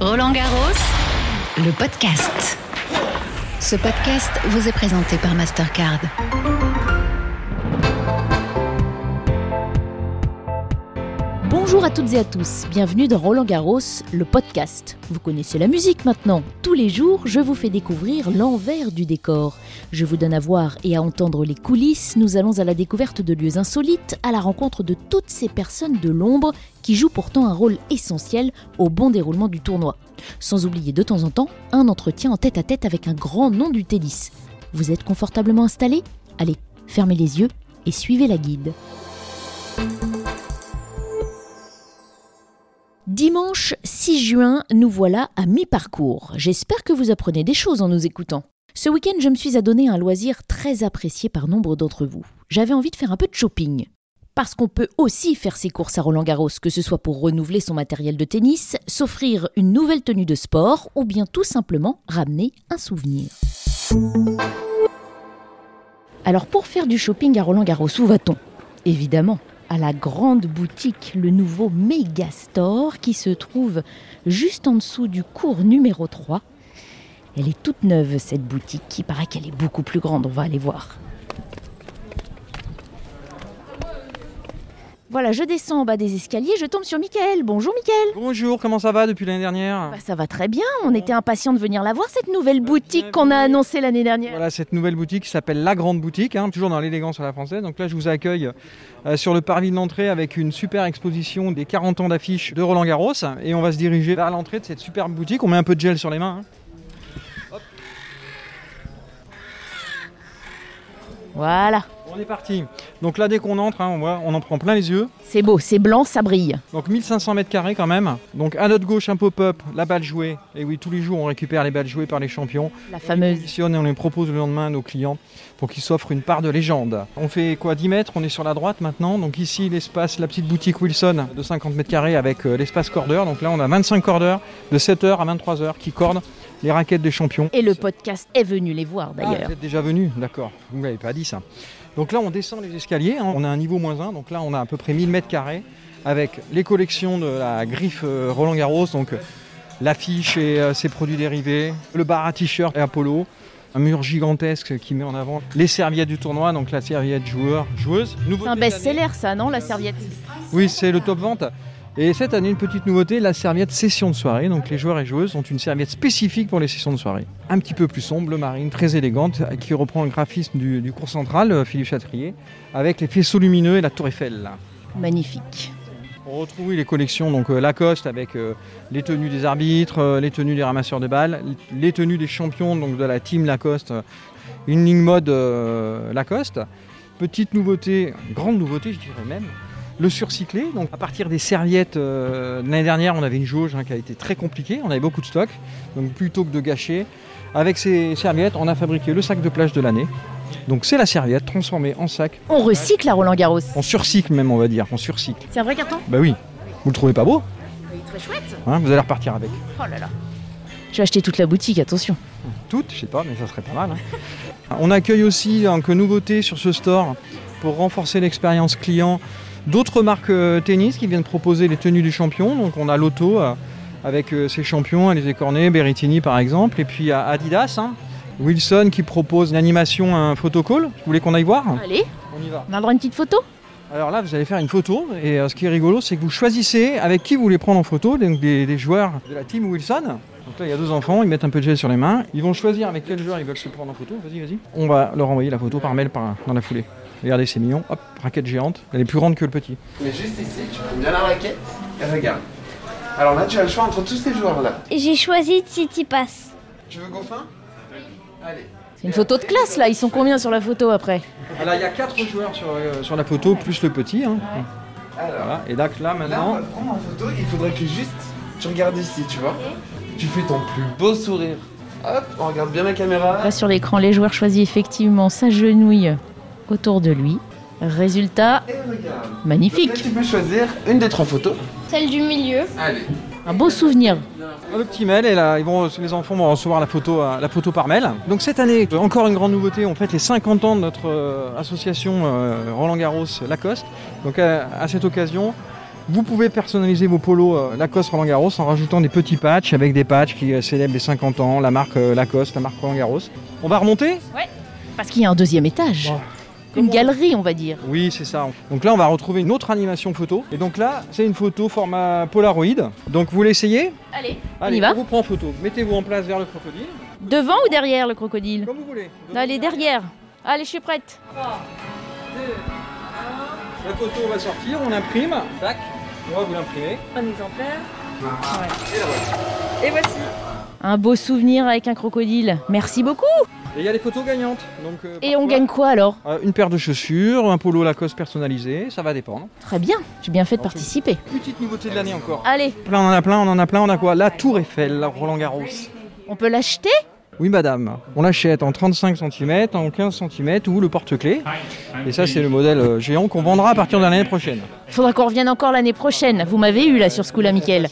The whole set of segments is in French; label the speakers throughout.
Speaker 1: Roland Garros, le podcast. Ce podcast vous est présenté par Mastercard.
Speaker 2: Bonjour à toutes et à tous, bienvenue dans Roland Garros, le podcast. Vous connaissez la musique maintenant. Tous les jours, je vous fais découvrir l'envers du décor. Je vous donne à voir et à entendre les coulisses. Nous allons à la découverte de lieux insolites, à la rencontre de toutes ces personnes de l'ombre qui jouent pourtant un rôle essentiel au bon déroulement du tournoi. Sans oublier de temps en temps un entretien en tête à tête avec un grand nom du tennis. Vous êtes confortablement installé Allez, fermez les yeux et suivez la guide. Dimanche 6 juin, nous voilà à mi-parcours. J'espère que vous apprenez des choses en nous écoutant. Ce week-end, je me suis adonné à un loisir très apprécié par nombre d'entre vous. J'avais envie de faire un peu de shopping. Parce qu'on peut aussi faire ses courses à Roland Garros, que ce soit pour renouveler son matériel de tennis, s'offrir une nouvelle tenue de sport ou bien tout simplement ramener un souvenir. Alors pour faire du shopping à Roland Garros, où va-t-on Évidemment, à la grande boutique, le nouveau Mega Store qui se trouve juste en dessous du cours numéro 3. Elle est toute neuve cette boutique, il paraît qu'elle est beaucoup plus grande, on va aller voir. Voilà, je descends en bas des escaliers, je tombe sur Michael. Bonjour Michael.
Speaker 3: Bonjour, comment ça va depuis l'année dernière
Speaker 2: Bah, ça va très bien, on était impatients de venir la voir cette nouvelle boutique qu'on a annoncée l'année dernière.
Speaker 3: Voilà cette nouvelle boutique qui s'appelle La Grande Boutique, hein, toujours dans l'élégance à la française. Donc là, je vous accueille euh, sur le parvis de l'entrée avec une super exposition des 40 ans d'affiches de Roland Garros. Et on va se diriger vers l'entrée de cette superbe boutique. On met un peu de gel sur les mains. hein.
Speaker 2: Voilà,
Speaker 3: On est parti. Donc là, dès qu'on entre, hein, on, voit, on en prend plein les yeux.
Speaker 2: c'est beau, c'est blanc, ça brille.
Speaker 3: Donc 1500 mètres carrés quand même. Donc à notre gauche, un pop-up, la balle jouée. Et oui, tous les jours, on récupère les balles jouées par les champions.
Speaker 2: La
Speaker 3: On les
Speaker 2: fameuse.
Speaker 3: conditionne et on les propose le lendemain à nos clients pour qu'ils s'offrent une part de légende. On fait quoi 10 mètres On est sur la droite maintenant. Donc ici, l'espace, la petite boutique Wilson de 50 mètres carrés avec euh, l'espace cordeur. Donc là, on a 25 cordeurs de 7h à 23h qui cordent les raquettes des champions.
Speaker 2: Et le podcast est venu les voir
Speaker 3: Ah,
Speaker 2: d'ailleurs.
Speaker 3: vous êtes déjà venu, d'accord. Vous ne l'avez pas dit ça. Donc là, on descend les escaliers. hein. On a un niveau moins 1. Donc là, on a à peu près 1000 mètres carrés avec les collections de la griffe euh, Roland Garros. Donc euh, l'affiche et euh, ses produits dérivés, le bar à t-shirt et Apollo. Un mur gigantesque qui met en avant les serviettes du tournoi, donc la serviette joueur, joueuse.
Speaker 2: C'est un best-seller ça, non, la serviette
Speaker 3: Oui, c'est le top vente. Et cette année, une petite nouveauté, la serviette session de soirée. Donc les joueurs et joueuses ont une serviette spécifique pour les sessions de soirée. Un petit peu plus sombre, bleu marine, très élégante, qui reprend le graphisme du, du cours central, euh, Philippe Chatrier, avec les faisceaux lumineux et la tour Eiffel. là.
Speaker 2: Magnifique.
Speaker 3: On retrouve oui, les collections donc euh, Lacoste avec euh, les tenues des arbitres, euh, les tenues des ramasseurs de balles, les tenues des champions donc de la team Lacoste, euh, une ligne mode euh, Lacoste. Petite nouveauté, grande nouveauté je dirais même, le surcyclé. Donc à partir des serviettes euh, de l'année dernière, on avait une jauge hein, qui a été très compliquée, on avait beaucoup de stock, donc plutôt que de gâcher, avec ces serviettes, on a fabriqué le sac de plage de l'année. Donc c'est la serviette transformée en sac,
Speaker 2: On recycle à Roland Garros.
Speaker 3: on surcycle même on va dire, on surcycle.
Speaker 2: C'est un vrai carton
Speaker 3: Bah oui, vous le trouvez pas beau
Speaker 2: Très chouette.
Speaker 3: Hein, vous allez repartir avec.
Speaker 2: Oh là là. J'ai acheté toute la boutique, attention.
Speaker 3: Toutes, je sais pas, mais ça serait pas mal. hein. On accueille aussi, donc nouveauté sur ce store, pour renforcer l'expérience client, d'autres marques euh, tennis qui viennent proposer les tenues du champion. Donc on a Lotto euh, avec euh, ses champions, les écornés, Berrettini par exemple, et puis à Adidas, hein, Wilson qui propose une animation, un photocall. Vous voulez qu'on aille voir
Speaker 2: Allez,
Speaker 3: On y va.
Speaker 2: on a le droit à une petite photo
Speaker 3: Alors là, vous allez faire une photo, et euh, ce qui est rigolo, c'est que vous choisissez avec qui vous voulez prendre en photo, donc des, des joueurs de la team Wilson. Donc là, il y a deux enfants, ils mettent un peu de gel sur les mains, ils vont choisir avec quel joueur ils veulent se prendre en photo. Vas-y, vas-y. On va leur envoyer la photo par mail par, dans la foulée. Regardez, c'est mignon. Hop, raquette géante. Elle est plus grande que le petit.
Speaker 4: Mais juste ici, tu prends bien la raquette et regarde. Alors là, tu as le choix entre tous ces joueurs-là.
Speaker 5: J'ai choisi City Pass.
Speaker 4: Tu veux Goffin Allez.
Speaker 2: C'est une photo de classe là, ils sont combien sur la photo après
Speaker 3: Alors, il y a quatre joueurs sur, euh, sur la photo, plus le petit. hein.
Speaker 4: Alors
Speaker 3: Voilà. Et là, là,
Speaker 4: là, on
Speaker 3: maintenant,
Speaker 4: va le prendre en photo. Il faudrait que juste tu regardes ici, tu vois. Tu fais ton plus beau sourire. Hop, on regarde bien la caméra.
Speaker 2: Là sur l'écran, les joueurs choisis effectivement s'agenouillent autour de lui. Résultat,
Speaker 4: Et regarde. Donc là,
Speaker 2: magnifique.
Speaker 4: tu peux choisir une des trois photos.
Speaker 5: Celle du milieu.
Speaker 4: Allez.
Speaker 2: Un beau souvenir.
Speaker 3: Le petit mail, et là, ils vont, les enfants vont recevoir la photo, euh, la photo par mail. Donc cette année, euh, encore une grande nouveauté, on fête les 50 ans de euh, notre euh, association euh, Roland Garros Lacoste. Donc à, à euh, cette occasion, Vous pouvez personnaliser vos polos euh, Lacoste Roland Garros en rajoutant des petits patchs avec des patchs qui euh, célèbrent les 50 ans, la marque euh, Lacoste, la marque Roland Garros. On va remonter
Speaker 2: Parce qu'il y a un deuxième étage.
Speaker 3: Wow.
Speaker 2: Une galerie, on va dire.
Speaker 3: Oui, c'est ça. Donc là, on va retrouver une autre animation photo. Et donc là, c'est une photo format Polaroid. Donc vous l'essayez
Speaker 2: Allez.
Speaker 3: Allez,
Speaker 2: y va.
Speaker 3: on vous prend en photo. Mettez-vous en place vers le crocodile.
Speaker 2: Devant ou derrière le crocodile
Speaker 3: Comme vous voulez.
Speaker 2: Allez, derrière. Allez, je suis prête.
Speaker 3: La photo va sortir, on l'imprime. Tac. On va vous l'imprimer.
Speaker 6: Un exemplaire. Et voici.
Speaker 2: Un beau souvenir avec un crocodile. Merci beaucoup.
Speaker 3: Et il y a des photos gagnantes. Donc, euh,
Speaker 2: Et on
Speaker 3: parfois,
Speaker 2: gagne quoi alors
Speaker 3: euh, une paire de chaussures, un polo Lacoste personnalisé, ça va dépendre.
Speaker 2: Très bien, j'ai bien fait de
Speaker 3: Ok.
Speaker 2: participer.
Speaker 3: Petite nouveauté de l'année encore.
Speaker 2: Allez,
Speaker 3: Plein, on en a plein, on en a plein, on a quoi La Tour Eiffel, la Roland Garros.
Speaker 2: on peut l'acheter
Speaker 3: Oui madame, on l'achète en 35 cm, en 15 cm ou le porte-clés. Et ça c'est le modèle euh, géant qu'on vendra à partir de l'année prochaine.
Speaker 2: Faudra qu'on revienne encore l'année prochaine. Vous m'avez eu là sur ce coup-là, Mickaël.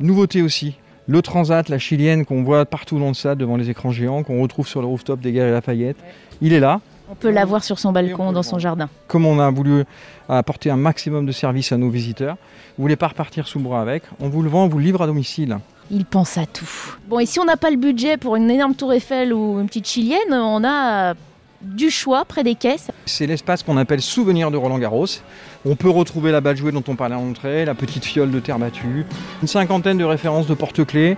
Speaker 3: Nouveauté aussi, le Transat, la chilienne qu'on voit partout dans le stade devant les écrans géants, qu'on retrouve sur le rooftop des Galeries Lafayette. Il est là.
Speaker 2: On peut l'avoir sur son
Speaker 3: on
Speaker 2: balcon,
Speaker 3: peut
Speaker 2: dans
Speaker 3: le
Speaker 2: son
Speaker 3: prendre.
Speaker 2: jardin.
Speaker 3: Comme on a voulu euh, apporter un maximum de services à nos visiteurs, vous voulez pas repartir sous le bras avec, on vous le vend, on vous le livre à domicile.
Speaker 2: Il pense à tout. Bon, et si on n'a pas le budget pour une énorme tour Eiffel ou une petite chilienne, on a euh, du choix près des caisses.
Speaker 3: C'est l'espace qu'on appelle souvenir de Roland Garros. On peut retrouver la balle jouée dont on parlait à l'entrée, la petite fiole de terre battue, une cinquantaine de références de porte-clés,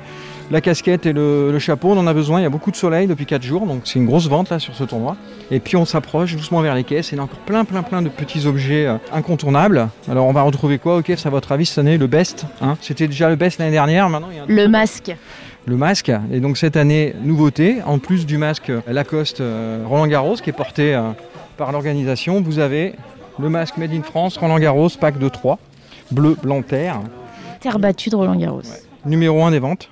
Speaker 3: la casquette et le, le chapeau. On en a besoin, il y a beaucoup de soleil depuis 4 jours, donc c'est une grosse vente là sur ce tournoi. Et puis on s'approche doucement vers les caisses et il y a encore plein plein plein de petits objets euh, incontournables. Alors on va retrouver quoi Ok, ça à votre avis cette année le best hein C'était déjà le best l'année dernière, maintenant il y a un
Speaker 2: Le masque.
Speaker 3: le masque. Et donc cette année, nouveauté, en plus du masque Lacoste euh, Roland Garros qui est porté euh, par l'organisation, vous avez le masque Made in France Roland Garros, pack de 3, bleu, blanc, terre,
Speaker 2: Terre battue de Roland Garros.
Speaker 3: numéro 1 des ventes.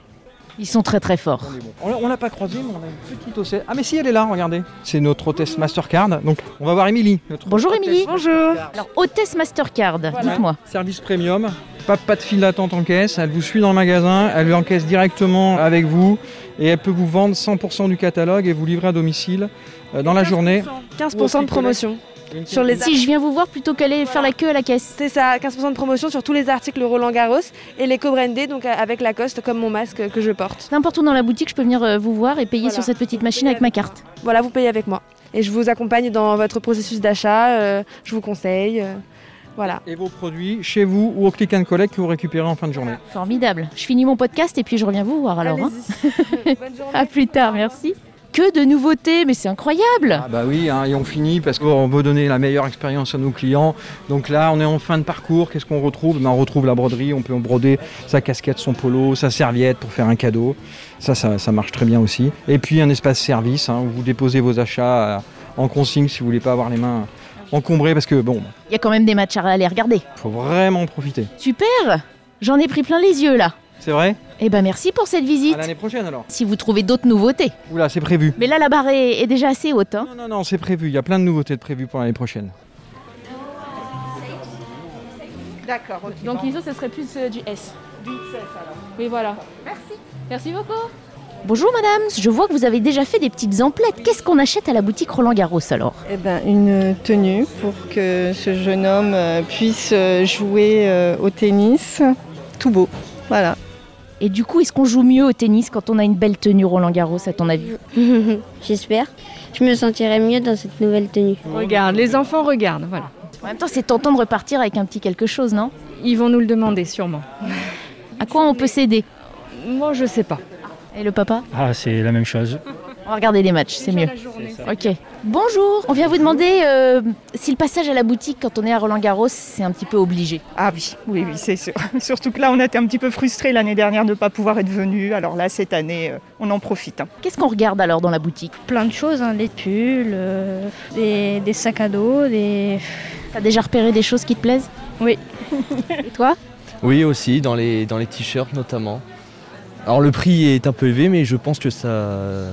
Speaker 2: Ils sont très très forts.
Speaker 3: On est bon. On l'a- On l'a pas croisé, mais on a une petite ossette. Ah mais si, elle est là, regardez. C'est notre hôtesse Mastercard. Donc on va voir Émilie. notre
Speaker 2: Bonjour
Speaker 3: hôtesse
Speaker 2: Émilie.
Speaker 6: Bonjour.
Speaker 2: Alors, hôtesse Mastercard,
Speaker 3: Voilà.
Speaker 2: dites-moi.
Speaker 3: Service premium, pas, pas de file d'attente en caisse, elle vous suit dans le magasin, elle encaisse directement avec vous et elle peut vous vendre 100% du catalogue et vous livrer à domicile euh, dans la journée.
Speaker 6: 15% de promotion. Sur les
Speaker 2: Si je viens vous voir plutôt qu'aller faire la queue à la caisse.
Speaker 6: C'est ça, 15% de promotion sur tous les articles Roland Garros et les co-brandés, donc euh, avec Lacoste comme mon masque que je porte.
Speaker 2: N'importe où dans la boutique, je peux venir euh, vous voir et payer
Speaker 6: Voilà.
Speaker 2: sur cette petite machine avec ma carte.
Speaker 6: Voilà, vous payez avec moi. Et je vous accompagne dans votre processus d'achat, euh, je vous conseille. euh, voilà.
Speaker 3: Et vos produits chez vous ou au click and collect que vous récupérez en fin de journée.
Speaker 2: Formidable. Je finis mon podcast et puis je reviens vous voir alors. hein.
Speaker 6: Allez-y. Bonne journée.
Speaker 2: À plus tard, merci. Que de nouveautés, mais c'est incroyable.
Speaker 3: Ah bah oui, hein, et on finit parce qu'on veut donner la meilleure expérience à nos clients. Donc là, on est en fin de parcours, qu'est-ce qu'on retrouve Ben, On retrouve la broderie, on peut en broder sa casquette, son polo, sa serviette pour faire un cadeau. Ça, ça, ça marche très bien aussi. Et puis un espace service, hein, où vous déposez vos achats euh, en consigne si vous voulez pas avoir les mains encombrées parce que bon,
Speaker 2: Il y a quand même des matchs à aller regarder.
Speaker 3: faut vraiment en profiter.
Speaker 2: Super J'en ai pris plein les yeux là.
Speaker 3: C'est vrai
Speaker 2: Eh ben merci pour cette
Speaker 3: À
Speaker 2: visite.
Speaker 3: l'année prochaine alors.
Speaker 2: Si vous trouvez d'autres nouveautés.
Speaker 3: Oula, c'est prévu.
Speaker 2: Mais là, la barre est, est déjà assez haute. hein.
Speaker 3: Non, non, non, c'est prévu. Il y a plein de nouveautés de prévues pour l'année prochaine.
Speaker 7: Donc ISO, ce serait plus euh, du S. Du XS alors. Oui, voilà. Merci. Merci beaucoup.
Speaker 2: Bonjour madame, je vois que vous avez déjà fait des petites emplettes. Qu'est-ce qu'on achète à la boutique Roland Garros alors
Speaker 8: Eh ben, une tenue pour que ce jeune homme euh, puisse euh, jouer euh, au tennis tout beau. Voilà.
Speaker 2: Et du coup, est-ce qu'on joue mieux au tennis quand on a une belle tenue Roland Garros à ton avis
Speaker 5: J'espère. Je me sentirai mieux dans cette nouvelle tenue.
Speaker 7: Regarde, les enfants regardent, voilà.
Speaker 2: En même temps, c'est tentant de repartir avec un petit quelque chose, non
Speaker 7: Ils vont nous le demander sûrement.
Speaker 2: À quoi on peut s'aider
Speaker 7: Moi, je sais pas.
Speaker 2: Et le papa
Speaker 9: Ah, c'est la même chose.
Speaker 2: On va regarder les matchs, c'est mieux. Ok. Bonjour, on vient vous demander euh, si le passage à la boutique quand on est à Roland Garros, c'est un petit peu obligé.
Speaker 8: Ah oui, oui, oui, c'est sûr. Surtout que là, on était un petit peu frustrés l'année dernière de ne pas pouvoir être venus. Alors là, cette année, euh, on en profite. hein.
Speaker 2: Qu'est-ce qu'on regarde alors dans la boutique
Speaker 10: plein de choses, hein, des pulls, euh, des, des sacs à dos, des...
Speaker 2: T'as déjà repéré des choses qui te plaisent
Speaker 10: Oui.
Speaker 2: Et toi
Speaker 11: Oui, aussi, dans les, dans les t-shirts notamment. Alors le prix est un peu élevé, mais je pense que ça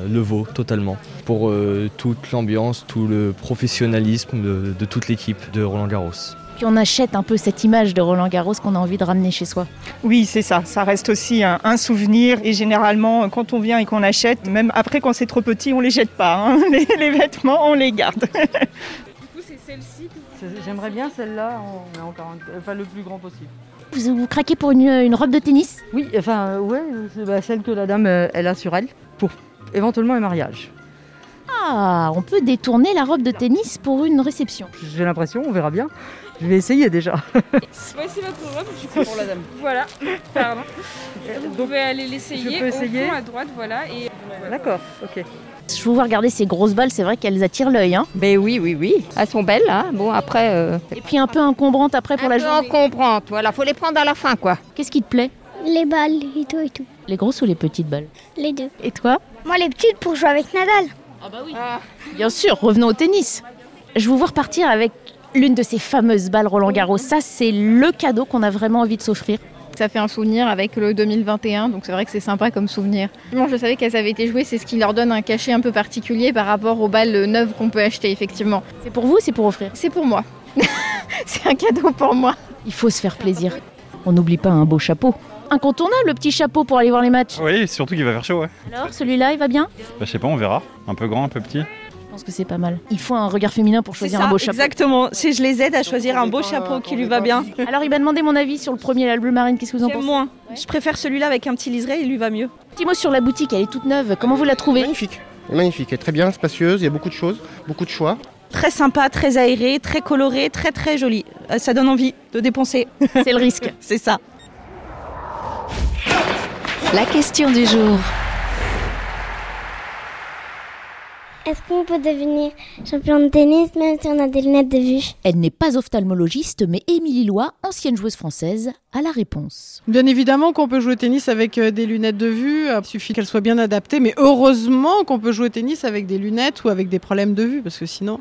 Speaker 11: le vaut totalement pour euh, toute l'ambiance, tout le professionnalisme de, de toute l'équipe de Roland Garros.
Speaker 2: Puis on achète un peu cette image de Roland Garros qu'on a envie de ramener chez soi.
Speaker 8: Oui, c'est ça. Ça reste aussi un, un souvenir. Et généralement, euh, quand on vient et qu'on achète, même après, quand c'est trop petit, on les jette pas. hein. Les, les vêtements, on les garde.
Speaker 7: Du coup, c'est celle-ci que vous
Speaker 9: C'est- J'aimerais bien celle-là, on est encore un- enfin, le plus grand possible.
Speaker 2: Vous, vous craquez pour une, une robe de tennis
Speaker 9: Oui, enfin, euh, ouais, c'est bah, celle que la dame euh, elle a sur elle pour éventuellement un mariage.
Speaker 2: Ah, on peut détourner la robe de tennis pour une réception.
Speaker 9: J'ai l'impression, on verra bien. Je vais essayer déjà.
Speaker 7: Voici votre robe, du coup. Pour la dame. Voilà, pardon. Vous pouvez aller l'essayer
Speaker 9: je peux
Speaker 7: au
Speaker 9: essayer
Speaker 7: fond à droite, voilà. Et...
Speaker 9: D'accord, ok.
Speaker 2: Je vous vois regarder ces grosses balles, c'est vrai qu'elles attirent l'œil. Hein.
Speaker 12: Ben oui, oui, oui. Elles sont belles, hein. Bon, après.
Speaker 2: Et puis un peu encombrantes après pour
Speaker 12: la journée. Encombrante, voilà. Faut les prendre à la fin, quoi.
Speaker 2: Qu'est-ce qui te plaît
Speaker 13: Les balles et tout et tout.
Speaker 2: Les grosses ou les petites balles
Speaker 13: Les deux.
Speaker 2: Et toi
Speaker 13: Moi, les petites pour jouer avec Nadal.
Speaker 2: Ah bah oui. Bien sûr, revenons au tennis. Je vous vois repartir avec l'une de ces fameuses balles Roland Garros. Ça, c'est le cadeau qu'on a vraiment envie de s'offrir.
Speaker 14: Ça fait un souvenir avec le 2021, donc c'est vrai que c'est sympa comme souvenir. Bon, je savais qu'elles avaient été jouées, c'est ce qui leur donne un cachet un peu particulier par rapport aux balles neuves qu'on peut acheter, effectivement.
Speaker 2: C'est pour vous ou c'est pour offrir
Speaker 14: C'est pour moi. c'est un cadeau pour moi.
Speaker 2: Il faut se faire plaisir. On n'oublie pas un beau chapeau. Incontournable le petit chapeau pour aller voir les matchs.
Speaker 15: Oui, surtout qu'il va faire chaud, ouais.
Speaker 2: Alors, celui-là, il va bien
Speaker 15: Bah, je sais pas, on verra. Un peu grand, un peu petit.
Speaker 2: Je pense que c'est pas mal. Il faut un regard féminin pour choisir
Speaker 6: ça,
Speaker 2: un beau chapeau.
Speaker 6: Exactement, si je les aide à choisir un beau chapeau qui lui va bien.
Speaker 2: Alors, il m'a demandé mon avis sur le premier, là, le bleu marine. Qu'est-ce que vous en
Speaker 6: J'aime
Speaker 2: pensez
Speaker 6: moins. Je préfère celui-là avec un petit liseré, il lui va mieux.
Speaker 2: Petit mot sur la boutique, elle est toute neuve. Comment vous la trouvez
Speaker 16: Magnifique. Magnifique, elle est très bien, spacieuse, il y a beaucoup de choses, beaucoup de choix.
Speaker 6: Très sympa, très aéré, très coloré, très très joli. Euh, Ça donne envie de dépenser.
Speaker 2: C'est le risque.
Speaker 6: C'est ça.
Speaker 1: La question du jour.
Speaker 13: Est-ce qu'on peut devenir champion de tennis même si on a des lunettes de vue
Speaker 2: Elle n'est pas ophtalmologiste, mais Émilie Lois, ancienne joueuse française, a la réponse.
Speaker 17: Bien évidemment qu'on peut jouer au tennis avec euh, des lunettes de vue, euh, il suffit qu'elles soient bien adaptées, mais heureusement qu'on peut jouer au tennis avec des lunettes ou avec des problèmes de vue, parce que sinon,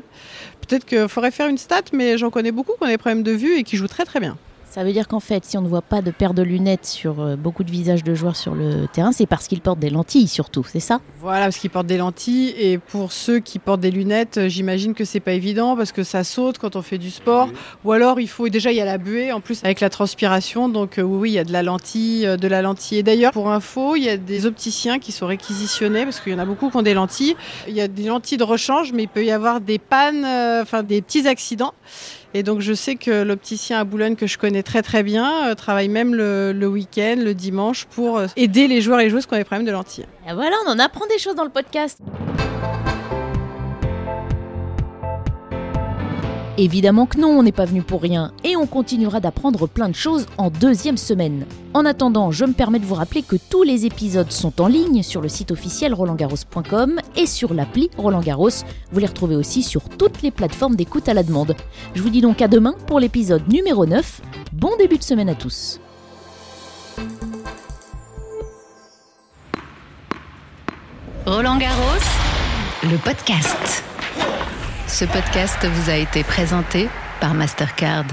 Speaker 17: peut-être qu'il faudrait faire une stat, mais j'en connais beaucoup qui ont des problèmes de vue et qui jouent très très bien.
Speaker 2: Ça veut dire qu'en fait, si on ne voit pas de paire de lunettes sur euh, beaucoup de visages de joueurs sur le terrain, c'est parce qu'ils portent des lentilles surtout, c'est ça
Speaker 17: Voilà, parce qu'ils portent des lentilles, et pour ceux qui portent des lunettes, euh, j'imagine que c'est pas évident, parce que ça saute quand on fait du sport, ou alors il faut, déjà il y a la buée, en plus avec la transpiration, donc euh, oui, oui, il y a de la lentille, euh, de la lentille. Et d'ailleurs, pour info, il y a des opticiens qui sont réquisitionnés, parce qu'il y en a beaucoup qui ont des lentilles, il y a des lentilles de rechange, mais il peut y avoir des pannes, euh, enfin des petits accidents. Et donc je sais que l'opticien à Boulogne que je connais très très bien euh, travaille même le, le week-end, le dimanche pour euh, aider les joueurs et les joueuses qui ont des problèmes de lentilles.
Speaker 2: Et Ah, voilà, on en apprend des choses dans le podcast. Évidemment que non, on n'est pas venu pour rien et on continuera d'apprendre plein de choses en deuxième semaine. En attendant, je me permets de vous rappeler que tous les épisodes sont en ligne sur le site officiel rolandgarros.com et sur l'appli Roland Garros. Vous les retrouvez aussi sur toutes les plateformes d'écoute à la demande. Je vous dis donc à demain pour l'épisode numéro 9. Bon début de semaine à tous.
Speaker 1: Roland Garros, le podcast. Ce podcast vous a été présenté par Mastercard.